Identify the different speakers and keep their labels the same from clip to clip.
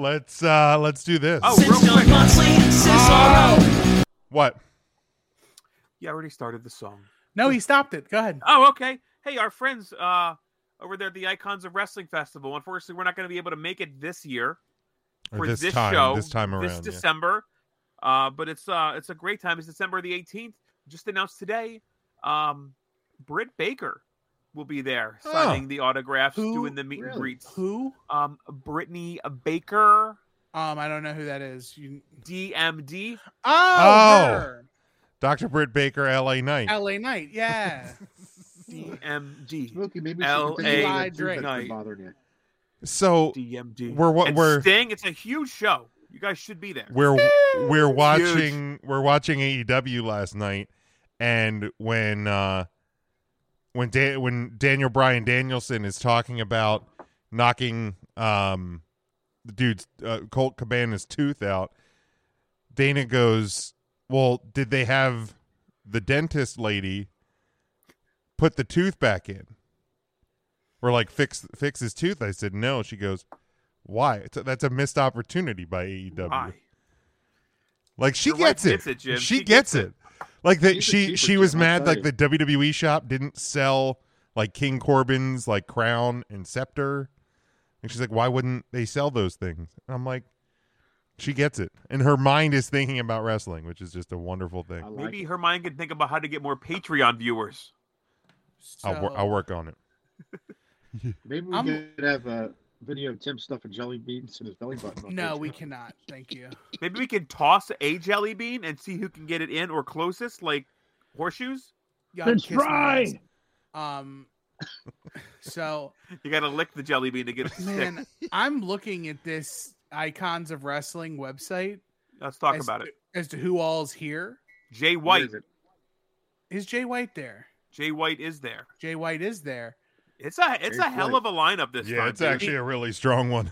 Speaker 1: Let's uh let's do this.
Speaker 2: Oh, real
Speaker 3: Since John
Speaker 2: quick.
Speaker 3: Moxley, Cesaro.
Speaker 1: What?
Speaker 2: You already started the song.
Speaker 4: No, he stopped it. Go ahead.
Speaker 2: Oh, okay. Hey, our friends uh, over there at the Icons of Wrestling Festival. Unfortunately, we're not going to be able to make it this year
Speaker 1: Or
Speaker 2: for
Speaker 1: this,
Speaker 2: this,
Speaker 1: time,
Speaker 2: show
Speaker 1: this time around.
Speaker 2: this
Speaker 1: yeah.
Speaker 2: December. Uh, but it's uh, it's a great time. It's December the 18th. Just announced today. Um, Britt Baker will be there
Speaker 1: Oh.
Speaker 2: signing the autographs,
Speaker 4: Who-
Speaker 2: doing the meet and
Speaker 3: really?
Speaker 2: greets.
Speaker 4: Who?
Speaker 2: Um, Brittany Baker,
Speaker 4: Um, I don't know who that is. You.
Speaker 2: DMD.
Speaker 4: Oh,
Speaker 1: Oh.
Speaker 4: her.
Speaker 1: Dr. Britt Baker, LA Knight.
Speaker 4: L.A. Knight. Yeah.
Speaker 2: DMD.
Speaker 3: Smokey, maybe
Speaker 2: L.A.
Speaker 3: Drake.
Speaker 2: Night.
Speaker 3: bothering you.
Speaker 1: So
Speaker 2: DMD.
Speaker 1: we're what
Speaker 2: and
Speaker 1: we're
Speaker 2: Sting. It's a huge show. You guys should be there.
Speaker 1: we're we're watching we're watching AEW last night, and when uh when da- when Daniel Bryan Danielson is talking about knocking um the dude's uh, Colt Cabana's tooth out, Dana goes, "Well, did they have the dentist lady put the tooth back in?" Or like fix fix his tooth? I said no. She goes, "Why? It's a- that's a missed opportunity by E AEW."
Speaker 2: Why?
Speaker 1: Like she
Speaker 2: Your wife
Speaker 1: gets it.
Speaker 2: gets it, Jim.
Speaker 1: She,
Speaker 2: She
Speaker 1: gets,
Speaker 2: gets
Speaker 1: it. Like that
Speaker 3: She's a
Speaker 1: she
Speaker 3: keeper,
Speaker 1: she was
Speaker 3: Jim, I'll
Speaker 1: mad
Speaker 3: tell
Speaker 1: like
Speaker 3: you.
Speaker 1: the WWE shop didn't sell like King Corbin's like crown and scepter. And she's like, why wouldn't they sell those things? And I'm like, she gets it. And her mind is thinking about wrestling, which is just a wonderful
Speaker 3: I
Speaker 1: thing.
Speaker 3: like
Speaker 2: Maybe
Speaker 3: it.
Speaker 2: her mind can think about how to get more Patreon viewers.
Speaker 1: I'll, wor-
Speaker 4: So-
Speaker 1: I'll work on it.
Speaker 3: Maybe we
Speaker 4: I'm-
Speaker 3: could have a video of Tim stuffing jelly beans in his belly button. on
Speaker 4: No, we
Speaker 3: Patreon.
Speaker 4: cannot. Thank you.
Speaker 2: Maybe we can toss a jelly bean and see who can get it in or closest, like horseshoes.
Speaker 4: Yeah,
Speaker 5: Let's
Speaker 4: kiss my
Speaker 5: try.
Speaker 4: ass. Um. So
Speaker 2: You got to lick the jelly bean to get it to stick.
Speaker 4: man, I'm looking at this icons of wrestling website.
Speaker 2: Let's talk
Speaker 4: as
Speaker 2: about
Speaker 4: to-
Speaker 2: it.
Speaker 4: as to who all's here.
Speaker 2: Jay
Speaker 3: What
Speaker 2: White.
Speaker 3: is it?
Speaker 4: Is Jay White there?
Speaker 2: Jay White is there.
Speaker 4: Jay White is there.
Speaker 2: It's a it's
Speaker 3: Jay
Speaker 2: a hell
Speaker 3: White.
Speaker 2: of a lineup this
Speaker 1: Yeah,
Speaker 2: time.
Speaker 1: it's
Speaker 2: dude.
Speaker 1: actually a really strong one.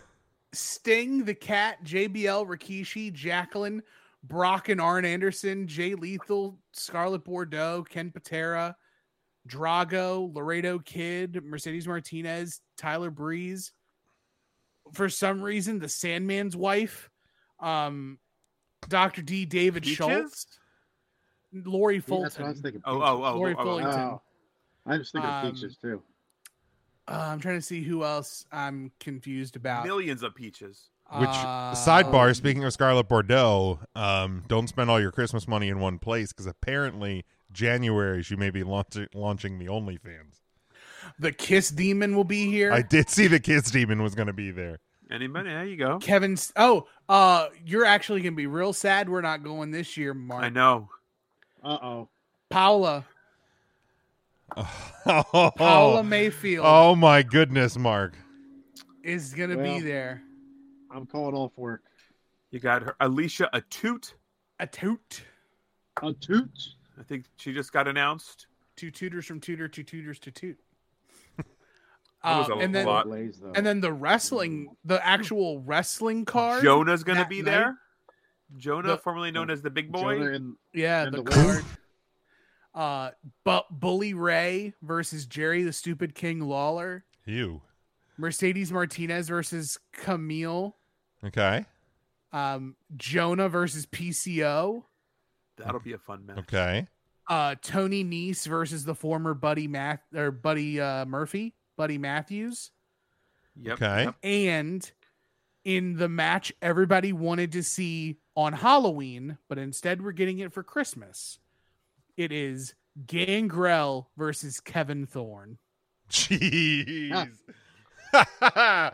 Speaker 4: Sting, the Cat, JBL, Rikishi, Jacqueline, Brock, and Arn Anderson, Jay Lethal, Scarlet Bordeaux, Ken Patera, Drago, Laredo Kid, Mercedes Martinez, Tyler Breeze. For some reason, the Sandman's wife, um, Dr. D. David
Speaker 2: Peaches?
Speaker 4: Schultz, Lori
Speaker 3: Yeah, that's what I
Speaker 4: Fulton.
Speaker 3: was thinking.
Speaker 2: Oh, oh, oh,
Speaker 4: Lori
Speaker 2: oh, oh,
Speaker 1: Uh,
Speaker 4: Fullerton.
Speaker 3: Oh. I was thinking
Speaker 4: Um,
Speaker 3: of peaches too.
Speaker 4: Uh, I'm trying to see who else I'm confused about.
Speaker 2: millions of peaches.
Speaker 1: Which
Speaker 4: Uh,
Speaker 1: sidebar? Speaking of Scarlet Bordeaux, um, don't spend all your Christmas money in one place because apparently January she may be launching launching the OnlyFans.
Speaker 4: the Kiss Demon will be here.
Speaker 1: I did see the kids demon was going to be there.
Speaker 2: Anybody? There you go.
Speaker 4: Kevin's. Oh, uh, you're actually gonna be real sad. We're not going this year, Mark.
Speaker 2: I know.
Speaker 3: Uh oh.
Speaker 4: Paula,
Speaker 1: Oh,
Speaker 4: Paula Mayfield
Speaker 1: oh my goodness, Mark.
Speaker 4: is gonna
Speaker 3: Well.
Speaker 4: be there.
Speaker 3: I'm calling off work.
Speaker 2: You got her. Alicia Atoot.
Speaker 4: A toot,
Speaker 3: A toot.
Speaker 2: I think she just got announced.
Speaker 4: two tutors from tutor, two tutors to toot.
Speaker 2: That was
Speaker 4: Uh,
Speaker 2: a
Speaker 4: and then,
Speaker 2: lot.
Speaker 3: Blaze, though.
Speaker 4: and then the wrestling, the actual wrestling card.
Speaker 2: Jonah's gonna
Speaker 4: that
Speaker 2: be
Speaker 4: night?
Speaker 2: there. Jonah,
Speaker 4: The-
Speaker 2: formerly known as the Big Boy.
Speaker 3: Jonah and
Speaker 4: yeah,
Speaker 3: and
Speaker 4: the
Speaker 3: the
Speaker 4: card. Uh, but Bully Ray versus Jerry the Stupid King Lawler.
Speaker 1: You
Speaker 4: Mercedes Martinez versus Camille.
Speaker 1: okay?
Speaker 4: Um, Jonah versus PCO.
Speaker 2: That'll be a fun match.
Speaker 1: Okay.
Speaker 4: uh Tony Nese versus the former Buddy Math or Buddy uh, Murphy, Buddy Matthews,
Speaker 2: Yep.
Speaker 1: Okay.
Speaker 2: Yep.
Speaker 4: and in the match everybody wanted to see on Halloween, but instead we're getting it for Christmas. It is Gangrel versus Kevin Thorne.
Speaker 1: Jeez.
Speaker 3: That's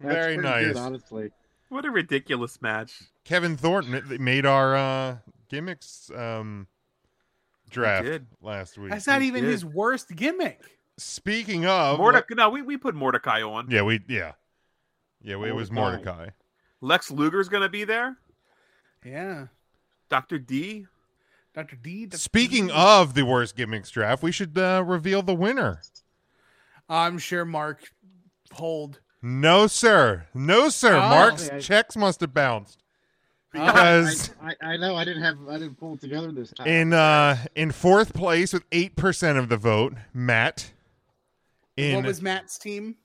Speaker 1: Very
Speaker 3: pretty
Speaker 1: nice.
Speaker 3: Good, honestly,
Speaker 2: What a ridiculous match.
Speaker 1: Kevin Thornton it- made our uh, gimmicks um, draft
Speaker 2: did.
Speaker 1: last week.
Speaker 4: That's not
Speaker 2: he
Speaker 4: even
Speaker 2: did.
Speaker 4: his worst gimmick.
Speaker 1: Speaking of,
Speaker 2: Mordecai. No, we, we put Mordecai on.
Speaker 1: Um, yeah, we yeah, yeah, we- it was
Speaker 3: Mordecai.
Speaker 1: Mordecai.
Speaker 2: Lex Luger's gonna be there.
Speaker 4: Yeah.
Speaker 2: Doctor D.
Speaker 4: Dr. D. Dr.
Speaker 1: Speaking
Speaker 4: D.
Speaker 1: of the worst gimmicks draft, we should uh, reveal the winner.
Speaker 4: I'm sure Mark hold
Speaker 1: No, sir. No, sir.
Speaker 4: Oh.
Speaker 1: Mark's
Speaker 3: Okay, I-
Speaker 1: checks must have bounced
Speaker 4: Oh.
Speaker 1: because
Speaker 3: I, I, I know I didn't have I didn't pull it together this time.
Speaker 1: in uh in fourth place with eight percent of the vote, Matt. In
Speaker 4: what was Matt's team?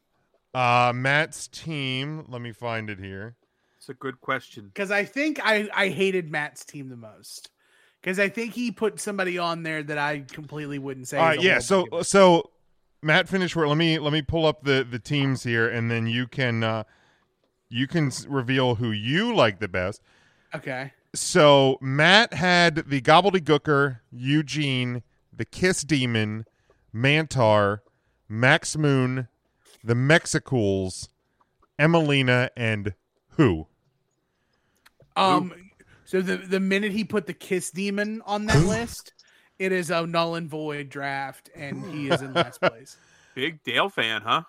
Speaker 1: uh Matt's team, let me find it here.
Speaker 2: It's a good question.
Speaker 4: because I think I I hated Matt's team the most because I think he put somebody on there that I completely wouldn't say.
Speaker 1: All
Speaker 4: is
Speaker 1: right,
Speaker 4: a
Speaker 1: yeah.
Speaker 4: whole
Speaker 1: So
Speaker 4: bunch of-
Speaker 1: so Matt finished where let me let me pull up the the teams here, and then you can uh you can s- reveal who you like the best.
Speaker 4: okay,
Speaker 1: So Matt had the Gobbledygooker, Eugene, the Kiss Demon, Mantar, Max Moon, the Mexicools, Emelina, and who?
Speaker 4: um, so the the minute he put the Kiss Demon on that list, it is a null and void draft, and he is in last place.
Speaker 2: Big Dale fan, huh?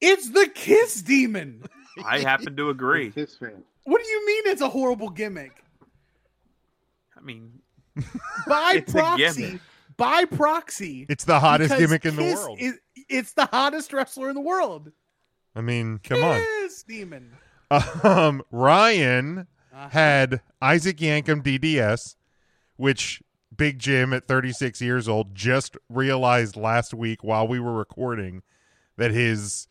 Speaker 4: It's the Kiss Demon.
Speaker 2: I happen to
Speaker 3: Big
Speaker 2: agree.
Speaker 3: Kiss fan.
Speaker 4: What do you mean it's a horrible gimmick?
Speaker 2: I mean,
Speaker 4: By
Speaker 2: It's a
Speaker 4: proxy,
Speaker 2: gimmick.
Speaker 4: by proxy,
Speaker 1: It's the hottest
Speaker 4: because
Speaker 1: gimmick in
Speaker 4: Kiss
Speaker 1: the world.
Speaker 4: is- it's the hottest wrestler in the world.
Speaker 1: I mean, come on.
Speaker 4: Kiss Demon.
Speaker 1: Um, Ryan
Speaker 4: Uh-huh.
Speaker 1: had Isaac Yankum DDS, which Big Jim at 36 years old just realized last week while we were recording that his,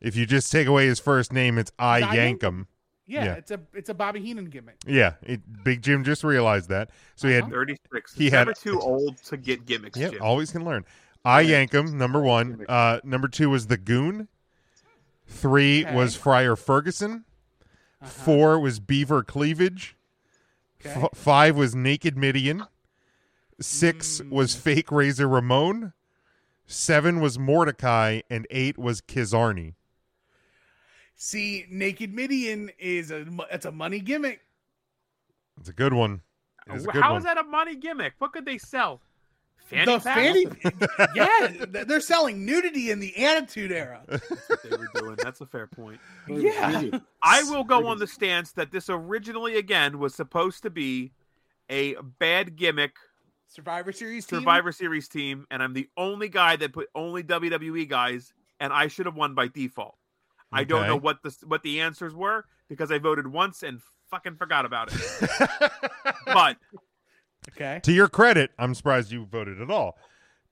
Speaker 1: if you just take away his first name, it's I
Speaker 4: I
Speaker 1: Yankum.
Speaker 4: Yeah,
Speaker 1: Yeah.
Speaker 4: it's a it's a Bobby Heenan gimmick.
Speaker 1: Yeah, it, Big Jim just realized that. So he
Speaker 2: Uh-huh.
Speaker 1: had,
Speaker 2: 36.
Speaker 1: He
Speaker 2: He
Speaker 1: had-
Speaker 2: never too old to get gimmicks,
Speaker 1: yeah, oh,
Speaker 2: Jim.
Speaker 1: always can learn. I Yankum, number one. Uh, number two was the Goon. Three
Speaker 4: Okay.
Speaker 1: was Friar Ferguson.
Speaker 4: Uh-huh.
Speaker 1: Four was Beaver Cleavage.
Speaker 4: Okay.
Speaker 1: F- five was Naked Midian. Six
Speaker 2: Hmm.
Speaker 1: was Fake Razor Ramon. Seven was Mordecai, and eight was Kizarni.
Speaker 4: See, Naked Midian is a mo- it's a money gimmick.
Speaker 1: It's a good one. It's a good
Speaker 2: How
Speaker 1: one.
Speaker 2: is that a money gimmick? What could they sell? Fanny
Speaker 4: the
Speaker 2: pack?
Speaker 4: fanny, yeah, th- they're selling nudity in the Attitude Era.
Speaker 2: That's what they were doing. That's a fair point.
Speaker 3: Big
Speaker 4: Yeah.
Speaker 3: Midian.
Speaker 2: I will go on the stance that this originally, again, was supposed to be a bad gimmick
Speaker 4: Survivor Series team.
Speaker 2: Survivor Series team, and I'm the only guy that put only WWE guys, and I should have won by default. I don't
Speaker 1: Okay.
Speaker 2: know what the what the answers were because I voted once and fucking forgot about it. but
Speaker 4: Okay.
Speaker 1: to your credit, I'm surprised you voted at all.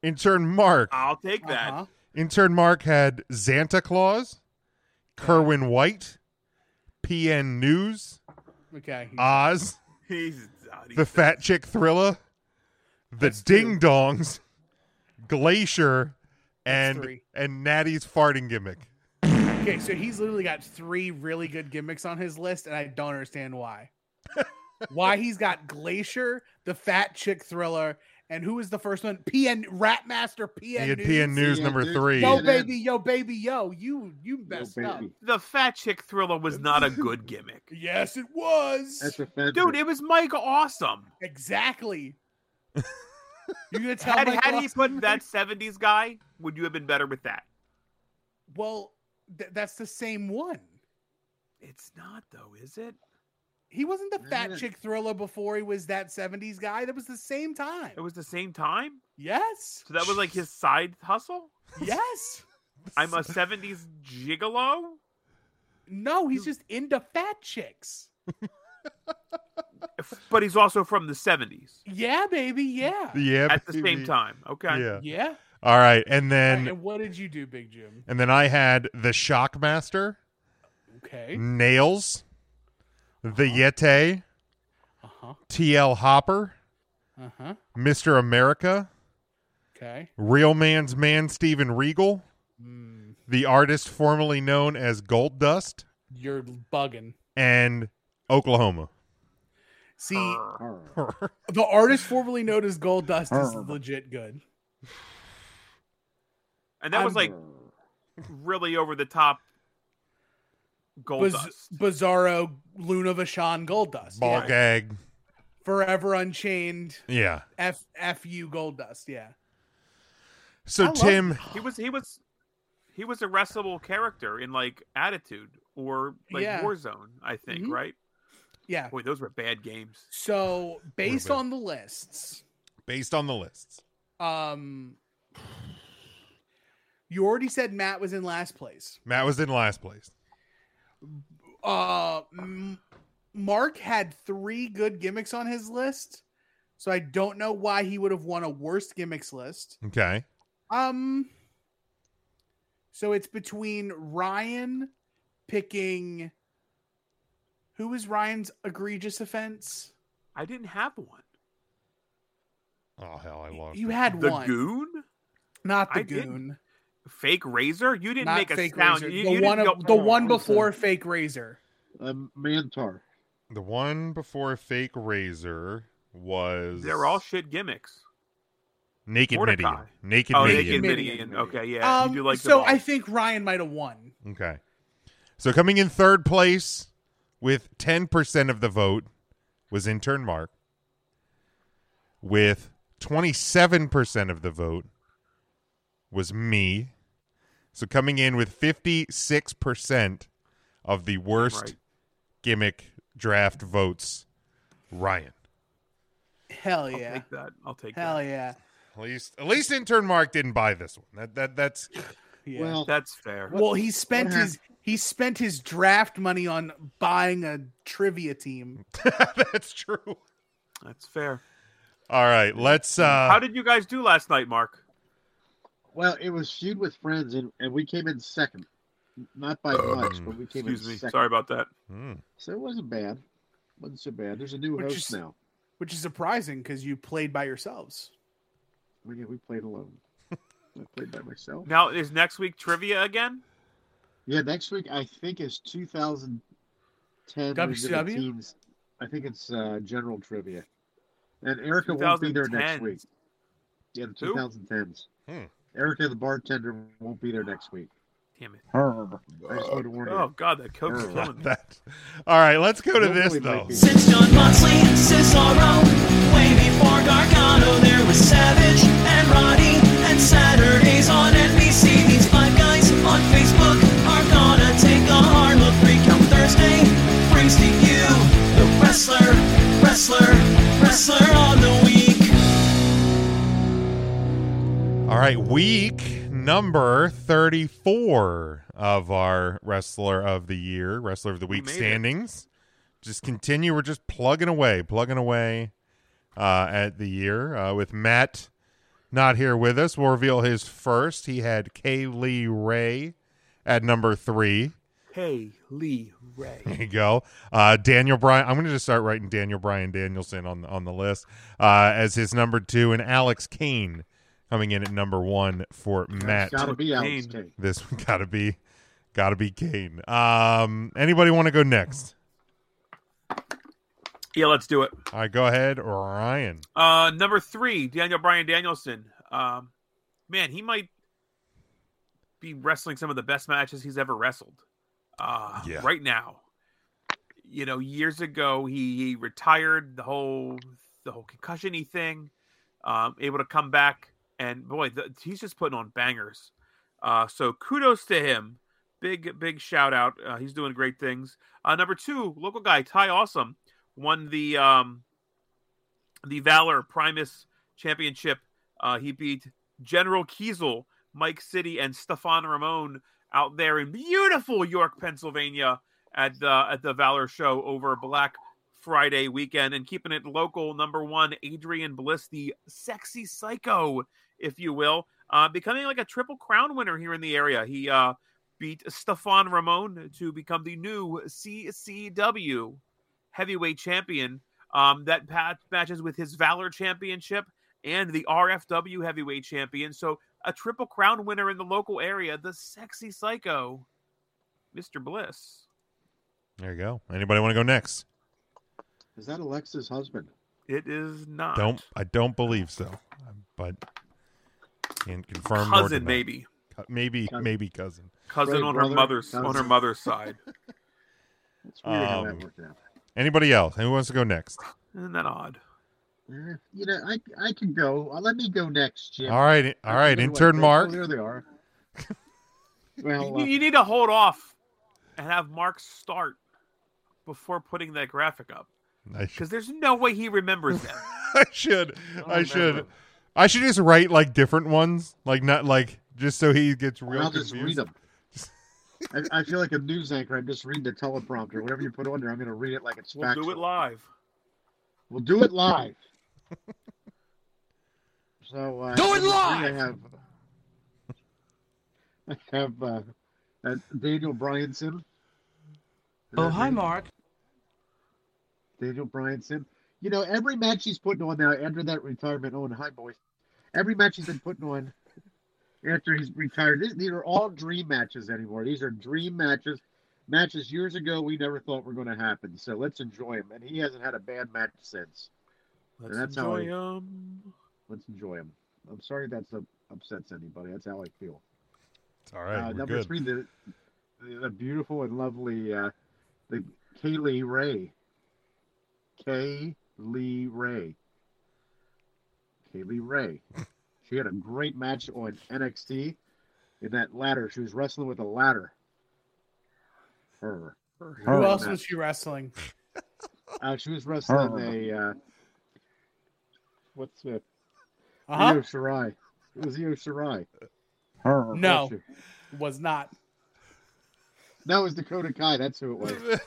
Speaker 1: Intern Mark.
Speaker 2: I'll take that.
Speaker 4: Uh-huh.
Speaker 1: Intern Mark had Santa Claus, Kerwin White, PN News,
Speaker 4: Okay.
Speaker 1: Oz,
Speaker 2: He's uh, he's-
Speaker 1: the Fat Chick Thriller, the
Speaker 4: That's two.
Speaker 1: Ding Dongs, Glacier,
Speaker 4: That's
Speaker 1: and
Speaker 4: three.
Speaker 1: and Natty's farting gimmick.
Speaker 4: okay, so he's literally got three really good gimmicks on his list, and I don't understand why. why he's got Glacier, the Fat Chick Thriller, and who is the first one? PN Ratmaster PN.
Speaker 1: he had PN News
Speaker 3: Yeah,
Speaker 1: number
Speaker 3: dude.
Speaker 1: three.
Speaker 4: Yo
Speaker 3: Yeah,
Speaker 4: baby, yo baby, yo, you you
Speaker 3: Yo,
Speaker 4: messed up.
Speaker 3: baby.
Speaker 2: the Fat Chick Thriller was not a good gimmick,
Speaker 4: Yes, it was.
Speaker 3: That's a fan.
Speaker 2: dude. It was Mike Awesome.
Speaker 4: Exactly. You're gonna tell
Speaker 2: Had,
Speaker 4: Mike
Speaker 2: had he
Speaker 4: Ross-
Speaker 2: put that '70s guy, would you have been better with that?
Speaker 4: Well, th- that's the same one.
Speaker 2: It's not though, is it?
Speaker 4: He wasn't the fat
Speaker 3: Yeah.
Speaker 4: chick thriller before he was that '70s guy. That was the same time.
Speaker 2: It was the same time,
Speaker 4: Yes,
Speaker 2: so that was like his side hustle.
Speaker 4: yes.
Speaker 2: I'm a '70s gigolo.
Speaker 4: No, he's just into fat chicks.
Speaker 2: F- but he's also from the 70s
Speaker 4: Yeah, baby. Yeah.
Speaker 1: Yeah.
Speaker 2: at the
Speaker 1: baby.
Speaker 2: same time. Okay.
Speaker 1: Yeah.
Speaker 4: Yeah.
Speaker 1: All right, and
Speaker 4: And,
Speaker 1: then
Speaker 4: what did you do, Big Jim?
Speaker 1: and then I had the Shockmaster,
Speaker 4: Okay.
Speaker 1: Nails, the Yeti,
Speaker 4: Uh huh.
Speaker 1: TL Hopper,
Speaker 4: Uh huh.
Speaker 1: Mister America,
Speaker 4: Okay.
Speaker 1: Real Man's Man Steven Regal,
Speaker 4: Mm,
Speaker 1: the artist formerly known as Gold Dust,
Speaker 4: you're bugging.
Speaker 1: and Oklahoma.
Speaker 4: See,
Speaker 3: Arr.
Speaker 4: the artist formerly known as Gold Dust is
Speaker 3: Arr.
Speaker 4: legit good.
Speaker 2: And that was like really over the top gold
Speaker 4: Biz-
Speaker 2: dust.
Speaker 4: Bizarro Luna Vachon Gold Dust.
Speaker 1: Ball
Speaker 4: yeah.
Speaker 1: gag.
Speaker 4: Forever Unchained
Speaker 1: Yeah.
Speaker 4: F F U Gold Dust. Yeah.
Speaker 1: So
Speaker 4: I love-
Speaker 1: Tim,
Speaker 2: He was he was he was a wrestlable character in like attitude or like
Speaker 4: Yeah.
Speaker 2: Warzone, I think,
Speaker 4: Mhm.
Speaker 2: right?
Speaker 4: Yeah.
Speaker 2: Boy, those were bad games.
Speaker 4: So based
Speaker 1: bit.
Speaker 4: on the lists,
Speaker 1: based on the lists,
Speaker 4: um you already said Matt was in last place.
Speaker 1: Matt was in last place.
Speaker 4: Uh M- Mark had three good gimmicks on his list. So I don't know why he would have won a worst gimmicks list.
Speaker 1: Okay.
Speaker 4: Um. So it's between Ryan picking Who is Ryan's egregious offense?
Speaker 2: I didn't have one.
Speaker 1: Oh hell, I lost.
Speaker 4: You
Speaker 1: it.
Speaker 4: had
Speaker 2: the
Speaker 4: one,
Speaker 2: goon,
Speaker 4: not the
Speaker 2: I didn't.
Speaker 4: goon.
Speaker 2: fake razor. You didn't
Speaker 4: not
Speaker 2: make a
Speaker 4: fake
Speaker 2: sound.
Speaker 4: razor.
Speaker 2: You,
Speaker 4: the
Speaker 2: you
Speaker 4: one,
Speaker 2: didn't
Speaker 4: of-
Speaker 2: go,
Speaker 4: the one
Speaker 3: what's
Speaker 4: before
Speaker 3: that?
Speaker 4: fake razor.
Speaker 3: Um, Mantar.
Speaker 1: the one before fake razor was
Speaker 2: They're all shit gimmicks.
Speaker 1: naked
Speaker 2: Mordecai.
Speaker 1: Midian. Naked
Speaker 2: Oh,
Speaker 1: Midian.
Speaker 2: naked
Speaker 4: Midian.
Speaker 2: Midian. Okay, yeah.
Speaker 4: Um,
Speaker 2: you do like them
Speaker 4: so
Speaker 2: all.
Speaker 4: I think Ryan might have won.
Speaker 1: Okay. So coming in third place with 10% of the vote was intern Mark. With 27% of the vote was me. So coming in with 56% of the worst
Speaker 2: Right.
Speaker 1: gimmick draft votes, Ryan.
Speaker 4: Hell
Speaker 2: I'll
Speaker 4: yeah.
Speaker 2: take that. I'll take
Speaker 4: Hell
Speaker 2: that.
Speaker 4: yeah.
Speaker 1: At least at least intern Mark didn't buy this one. That that that's
Speaker 4: Yeah.
Speaker 3: Well,
Speaker 2: That's fair.
Speaker 4: Well, he spent
Speaker 3: hap-
Speaker 4: his he spent his draft money on buying a trivia team.
Speaker 1: that's true.
Speaker 2: That's fair.
Speaker 1: All right, let's uh
Speaker 2: How did you guys do last night, Mark?
Speaker 3: well, it was feud with friends, and, and we came in second. Not by much, but we came
Speaker 2: Excuse
Speaker 3: in
Speaker 2: me.
Speaker 3: second.
Speaker 2: Sorry about that.
Speaker 1: hmm.
Speaker 3: So it wasn't bad. Wasn't so bad. There's a new
Speaker 4: Which
Speaker 3: host
Speaker 4: is-
Speaker 3: now.
Speaker 4: Which is surprising because you played by yourselves.
Speaker 3: We, we played alone. I played by myself.
Speaker 2: Now is next week trivia again?
Speaker 3: Yeah, next week I think is 2010. was in the
Speaker 4: WCW?
Speaker 3: teens. I think it's uh, general trivia, and Erica won't be there next
Speaker 2: 2010s.
Speaker 3: week. Yeah, the
Speaker 2: Who?
Speaker 3: 2010s.
Speaker 1: Hmm.
Speaker 3: Erica, the bartender, won't be there next week.
Speaker 2: Damn it.
Speaker 3: Her. I just wanted to warn you.
Speaker 2: Oh god, that coke's
Speaker 3: Ugh.
Speaker 2: killing me.
Speaker 1: that. All right, let's go to
Speaker 3: That
Speaker 1: this
Speaker 3: really might
Speaker 1: though.
Speaker 3: be-
Speaker 5: Since John Moxley and Cesaro, way before Gargano, there was Savage and Roddy and Saturdays on NBC. These five guys on Facebook are gonna take a hard look. Freak Out Thursday brings to you the wrestler, wrestler, wrestler on the week.
Speaker 1: All right, week number 34 of our Wrestler of the Year, Wrestler of the Week
Speaker 2: made it.
Speaker 1: standings. Just continue. We're just plugging away, plugging away uh, at the year uh, with Matt not here with us. We'll reveal his first. He had Kaylee Ray at number three.
Speaker 2: Hey Lee Ray.
Speaker 1: There you go. Uh, Daniel Bryan. I'm going to just start writing Daniel Bryan Danielson on on the list uh, as his number two, and Alex Kane coming in at number one for Matt.
Speaker 3: It's gotta be Alex
Speaker 2: Kane.
Speaker 3: Kane.
Speaker 1: This got to be got to be Kane. Um, anybody want to go next?
Speaker 2: Yeah, let's do it.
Speaker 1: All right, go ahead, Ryan.
Speaker 2: Uh, number three, Daniel Bryan Danielson. Um, man, he might be wrestling some of the best matches he's ever wrestled. Uh,
Speaker 1: Yeah.
Speaker 2: right now, you know, years ago he, he retired the whole the whole concussion-y thing. Um, able to come back and boy, the, he's just putting on bangers. Uh, so kudos to him. Big big shout out. Uh, he's doing great things. Uh, number two, local guy Ty Awesome won the um, the Valor Primus Championship. Uh, he beat General Kiesel, Mike City, and Stefan Ramon out there in beautiful York, Pennsylvania, at the at the Valor Show over Black Friday weekend. And keeping it local, number one, Adrian Bliss, the sexy psycho, if you will, uh, becoming like a triple crown winner here in the area. He uh, beat Stefan Ramon to become the new CCW heavyweight champion. Um, that pat- matches with his Valor Championship and the RFW Heavyweight Champion. So a triple crown winner in the local area, the sexy psycho, Mr. Bliss.
Speaker 1: There you go. Anybody want to go next?
Speaker 3: Is that Alexa's husband?
Speaker 2: It is not
Speaker 1: Don't I don't believe so, but can confirm. nor
Speaker 2: cousin,
Speaker 1: deny.
Speaker 2: maybe
Speaker 1: Co- maybe
Speaker 3: Cousin.
Speaker 1: maybe cousin.
Speaker 2: cousin
Speaker 3: Right,
Speaker 2: on her
Speaker 3: brother,
Speaker 2: mother's on her
Speaker 3: cousin.
Speaker 2: mother's side.
Speaker 3: That's weird how
Speaker 1: Um,
Speaker 3: that worked out.
Speaker 1: Anybody else? Who wants to go next?
Speaker 2: Isn't that odd?
Speaker 3: Eh, You know, I I can go. Uh, Let me go next, Jim.
Speaker 1: All right,
Speaker 3: I
Speaker 1: all
Speaker 3: can
Speaker 1: right.
Speaker 3: go.
Speaker 1: Intern
Speaker 3: Oh,
Speaker 1: Mark.
Speaker 3: there they are.
Speaker 2: You,
Speaker 3: well, uh,
Speaker 2: you need to hold off and have Mark start before putting that graphic up
Speaker 1: I should-
Speaker 2: because there's no way he remembers that.
Speaker 1: I should. I
Speaker 2: remember.
Speaker 1: should. I should just write like different ones, like not like just so he gets real
Speaker 3: I'll just
Speaker 1: confused.
Speaker 3: read them. I, I feel like a news anchor. I'm just reading the teleprompter. Whatever you put on there, I'm going to read it like it's
Speaker 2: We'll
Speaker 3: factual.
Speaker 2: do it live.
Speaker 3: We'll do it live. So uh, do it live. I have, I have uh, uh, Daniel Bryanson.
Speaker 5: Oh, hi, Mark.
Speaker 3: Daniel Bryan Sim. You know, every match he's putting on now after that retirement. Oh, and hi, boys. Every match he's been putting on after he's retired. These, these are all dream matches anymore. These are dream matches, matches years ago we never thought were going to happen. So let's enjoy him. And he hasn't had a bad match since.
Speaker 2: Let's
Speaker 3: that's how
Speaker 2: enjoy um, 'em.
Speaker 3: Let's enjoy him. I'm sorry that's uh upsets anybody. That's how I feel.
Speaker 1: It's all right.
Speaker 3: uh,
Speaker 1: we're
Speaker 3: number
Speaker 1: good.
Speaker 3: three, the, the beautiful and lovely uh, the Kaylee Ray. Kaylee Ray. Kaylee Ray. she had a great match on NXT in that ladder. She was wrestling with a ladder. Her.
Speaker 4: Who
Speaker 3: Her
Speaker 4: else
Speaker 3: match.
Speaker 4: was she wrestling?
Speaker 3: Uh, she was wrestling a. Uh, what's it?
Speaker 4: Uh huh.
Speaker 3: Io Shirai. It was Io Shirai.
Speaker 4: No,
Speaker 3: Bless you.
Speaker 4: was not.
Speaker 3: That was Dakota Kai. That's who it was.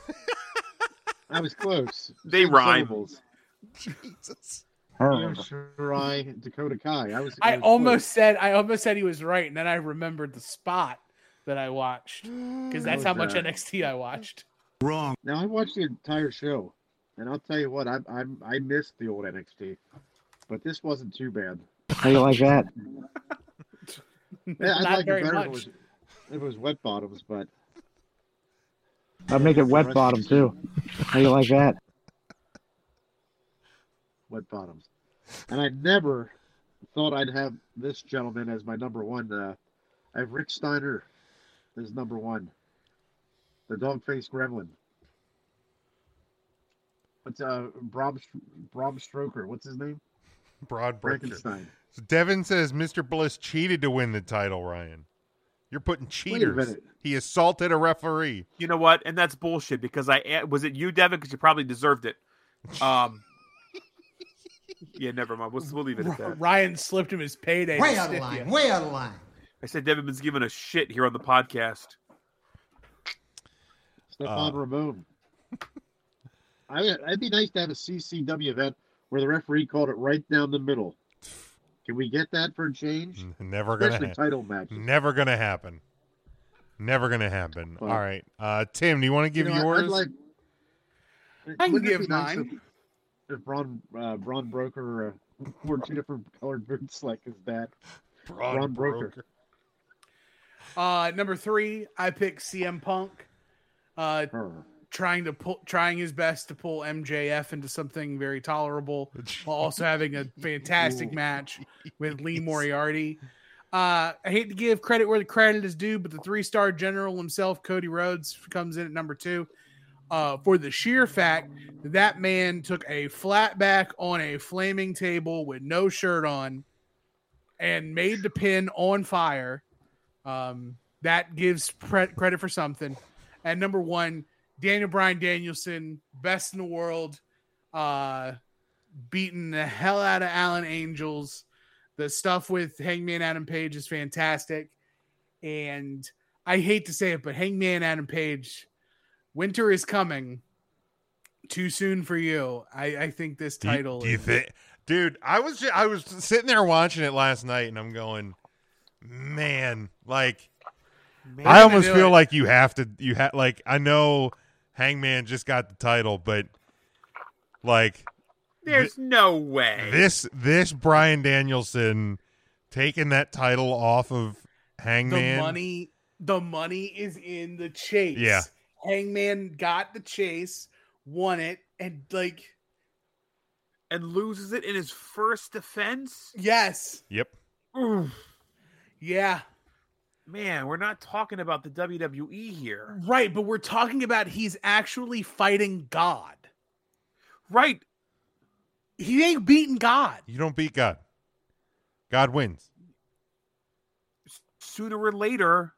Speaker 3: I was close.
Speaker 2: They
Speaker 3: Same
Speaker 2: rhyme.
Speaker 3: syllables.
Speaker 1: Jesus.
Speaker 3: Io Shirai, Dakota Kai. I was.
Speaker 4: I
Speaker 3: was
Speaker 4: almost said I almost said he was right, and then I remembered the spot that I watched because that's
Speaker 3: was
Speaker 4: how much
Speaker 3: that?
Speaker 4: NXT I watched.
Speaker 3: close. Now I watched the entire show, and I'll tell you what, I I I missed the old NXT, but this wasn't too bad.
Speaker 6: How you like that?
Speaker 3: Yeah, I'd
Speaker 4: not
Speaker 3: like it
Speaker 4: very
Speaker 3: better if
Speaker 4: much.
Speaker 3: It was, if it was wet bottoms, but
Speaker 6: I'd make it wet bottom too. How you like that?
Speaker 3: wet bottoms, and I never thought I'd have this gentleman as my number one. Uh, I have Rick Steiner as number one, the dog-faced gremlin. What's uh Brom Brom Stroker? What's his name?
Speaker 1: Broad breaker.
Speaker 3: Frankenstein.
Speaker 1: So Devin says Mr. Bliss cheated to win the title, Ryan. You're putting cheaters.
Speaker 3: minute.
Speaker 1: He assaulted a referee.
Speaker 2: You know what? And that's bullshit because I a- was it you, Devin, because you probably deserved it. Um. yeah, never mind. We'll, we'll leave it at
Speaker 4: R-
Speaker 2: that.
Speaker 4: Ryan slipped him his payday.
Speaker 7: Way
Speaker 4: to
Speaker 7: out of
Speaker 4: Stiffy.
Speaker 7: line. Way out of line.
Speaker 2: I said Devin's giving a shit here on the podcast.
Speaker 3: Stefan
Speaker 1: Uh,
Speaker 3: Ramon. I, it'd be nice to have a CCW event where the referee called it right down the middle. Can we get that for a change?
Speaker 1: N- Never Mm, gonna mm,
Speaker 3: Especially
Speaker 1: happen.
Speaker 3: title matches.
Speaker 1: Never gonna happen. Never gonna happen.
Speaker 3: Well-
Speaker 1: All right, uh, Tim. Do you want to give
Speaker 3: You know, I-
Speaker 1: yours?
Speaker 3: I'd like,
Speaker 4: I can
Speaker 3: Wouldn't it
Speaker 4: give
Speaker 3: be nice
Speaker 4: mine.
Speaker 3: If, if Braun, uh, Braun Broker uh, wore two different colored boots like his dad.
Speaker 1: Braun
Speaker 3: Braun Breaker.
Speaker 4: Uh, number three, I picked CM Punk. Uh,
Speaker 3: Her.
Speaker 4: trying to pull, trying his best to pull MJF into something very tolerable, while also having a fantastic match with Lee Moriarty. Uh, I hate to give credit where the credit is due, but the three star general himself, Cody Rhodes, comes in at number two. Uh, for the sheer fact that that man took a flat back on a flaming table with no shirt on and made the pin on fire. Um, that gives pre- credit for something. And number one, Daniel Bryan Danielson, best in the world, uh, beating the hell out of Allen Angels. The stuff with Hangman Adam Page is fantastic. And I hate to say it, but Hangman Adam Page, winter is coming. Too soon for you. I, I think this
Speaker 1: Do you-
Speaker 4: title.
Speaker 1: Do you,
Speaker 4: is-
Speaker 1: think, dude? I was ju- I was sitting there watching it last night, and I'm going, man, like
Speaker 4: they're
Speaker 1: I
Speaker 4: gonna
Speaker 1: almost
Speaker 4: do
Speaker 1: feel
Speaker 4: it.
Speaker 1: like you have to. You have like I know Hangman just got the title, but like
Speaker 2: There's no way.
Speaker 1: this this Brian Danielson taking that title off of Hangman.
Speaker 4: The money, the money is in the chase.
Speaker 1: Yeah.
Speaker 4: Hangman got the chase, won it, and like,
Speaker 2: and loses it in his first defense.
Speaker 4: yes,
Speaker 1: Yep.
Speaker 4: yeah,
Speaker 2: Man, we're not talking about the WWE here.
Speaker 4: right. But we're talking about he's actually fighting God.
Speaker 2: Right.
Speaker 4: He ain't beating God.
Speaker 1: You don't beat God. God wins.
Speaker 2: Sooner or later.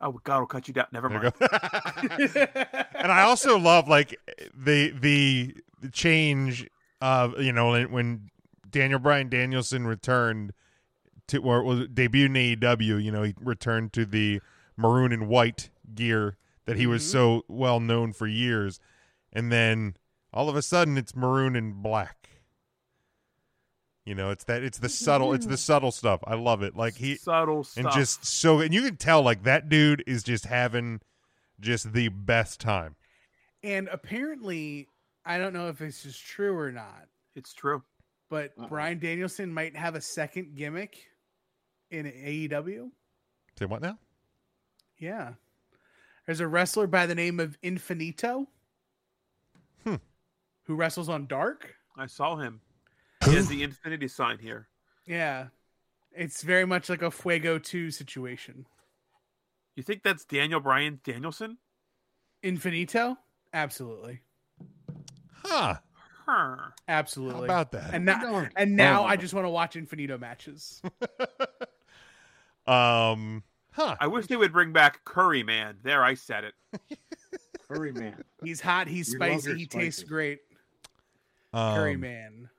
Speaker 2: Oh, God will cut you down. Never
Speaker 1: There
Speaker 2: mind.
Speaker 1: you go. and I also love like the the, the change of you know when, when Daniel Bryan Danielson returned to or was debuted in AEW. You know he returned to the maroon and white gear that he was
Speaker 2: Mm-hmm.
Speaker 4: Mhm.
Speaker 1: so well known for years, and then all of a sudden it's maroon and black. You know, it's that it's the subtle it's the subtle stuff. I love it. Like he
Speaker 2: Subtle stuff.
Speaker 1: and just so and you can tell like that dude is just having just the best time.
Speaker 4: And apparently, I don't know if this is true or not,
Speaker 2: It's true.
Speaker 4: but
Speaker 1: Uh-uh.
Speaker 3: Uh-oh.
Speaker 4: Brian Danielson might have a second gimmick in AEW.
Speaker 1: Say what now?
Speaker 4: Yeah. There's a wrestler by the name of Infinito
Speaker 1: Hmm.
Speaker 4: who wrestles on Dark.
Speaker 2: I saw him. He has the infinity sign here.
Speaker 4: Yeah. It's very much like a Fuego 2 situation.
Speaker 2: You think that's Daniel Bryan Danielson?
Speaker 4: Infinito? Absolutely.
Speaker 1: Huh?
Speaker 2: Huh.
Speaker 1: How
Speaker 4: Absolutely.
Speaker 1: about that?
Speaker 4: and now,
Speaker 3: Dark.
Speaker 4: and now
Speaker 6: Oh.
Speaker 4: I just want to watch Infinito matches.
Speaker 1: um. Huh?
Speaker 2: I wish they would bring back Curry Man. There, I said it.
Speaker 3: Curry man.
Speaker 4: He's hot, he's
Speaker 3: You love your
Speaker 4: spicy, he tastes
Speaker 3: spices.
Speaker 4: great.
Speaker 1: Um,
Speaker 4: Curry man.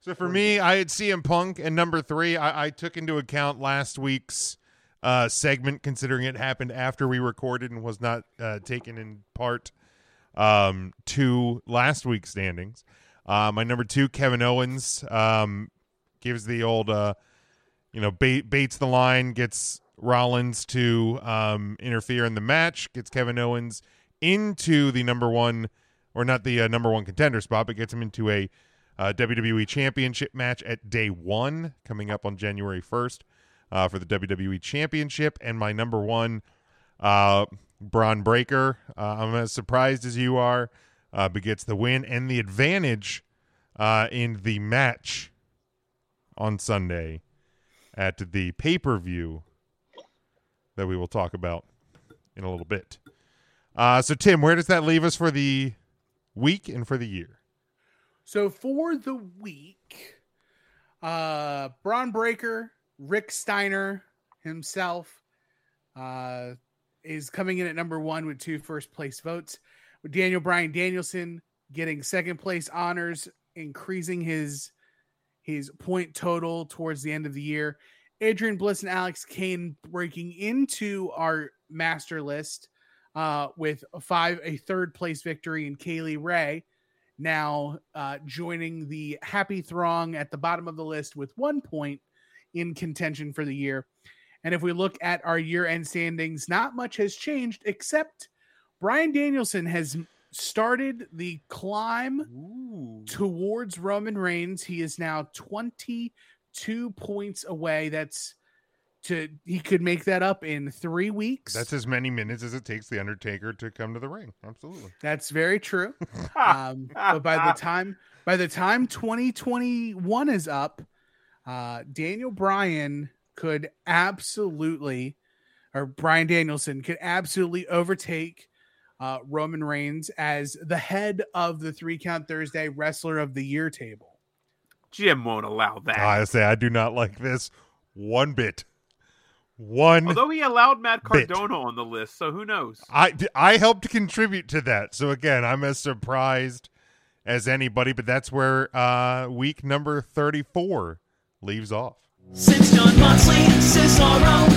Speaker 1: So for me, I had CM Punk, and number three, I, I took into account last week's uh, segment, considering it happened after we recorded and was not uh, taken in part um, to last week's standings. Uh, my number two, Kevin Owens, um, gives the old, uh, you know, bait, baits the line, gets Rollins to um, interfere in the match, gets Kevin Owens into the number one, or not the uh, number one contender spot, but gets him into a uh, WWE Championship match at day one, coming up on January 1st uh, for the WWE Championship. And my number one, uh, Braun Breaker. Uh, I'm as surprised as you are, uh, but gets the win and the advantage uh, in the match on Sunday at the pay per view that we will talk about in a little bit. Uh, so, Tim, where does that leave us for the week and for the year?
Speaker 4: So for the week, uh Braun Breaker, Rick Steiner himself, uh, is coming in at number one with two first place votes. With Daniel Bryan Danielson getting second place honors, increasing his his point total towards the end of the year. Adrian Bliss and Alex Kane breaking into our master list uh, with a five a third place victory in Kaylee Ray now uh, joining the happy throng at the bottom of the list with one point in contention for the year. And if we look at our year end standings, not much has changed except Brian Danielson has started the climb
Speaker 2: Ooh.
Speaker 4: towards Roman Reigns. He is now 22 points away. That's to he could make that up in three weeks.
Speaker 1: That's as many minutes as it takes the Undertaker to come to the ring. Absolutely.
Speaker 4: That's very true. um, but by the time by the time 2021 is up, uh, Daniel Bryan could absolutely, or Brian Danielson could absolutely overtake uh, Roman Reigns as the head of the Three Count Thursday Wrestler of the Year table.
Speaker 2: Jim won't allow that.
Speaker 1: I say I do not like this one bit. One.
Speaker 2: Although he allowed Matt
Speaker 1: Bit.
Speaker 2: Cardona on the list, so who knows?
Speaker 1: I I helped contribute to that. So again, I'm as surprised as anybody. But that's where uh, week number 34 leaves off.
Speaker 5: Since John Moxley, Cesaro,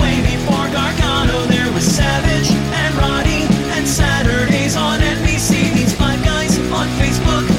Speaker 5: way before Gargano, there was Savage and Roddy and Saturdays on NBC. These five guys on Facebook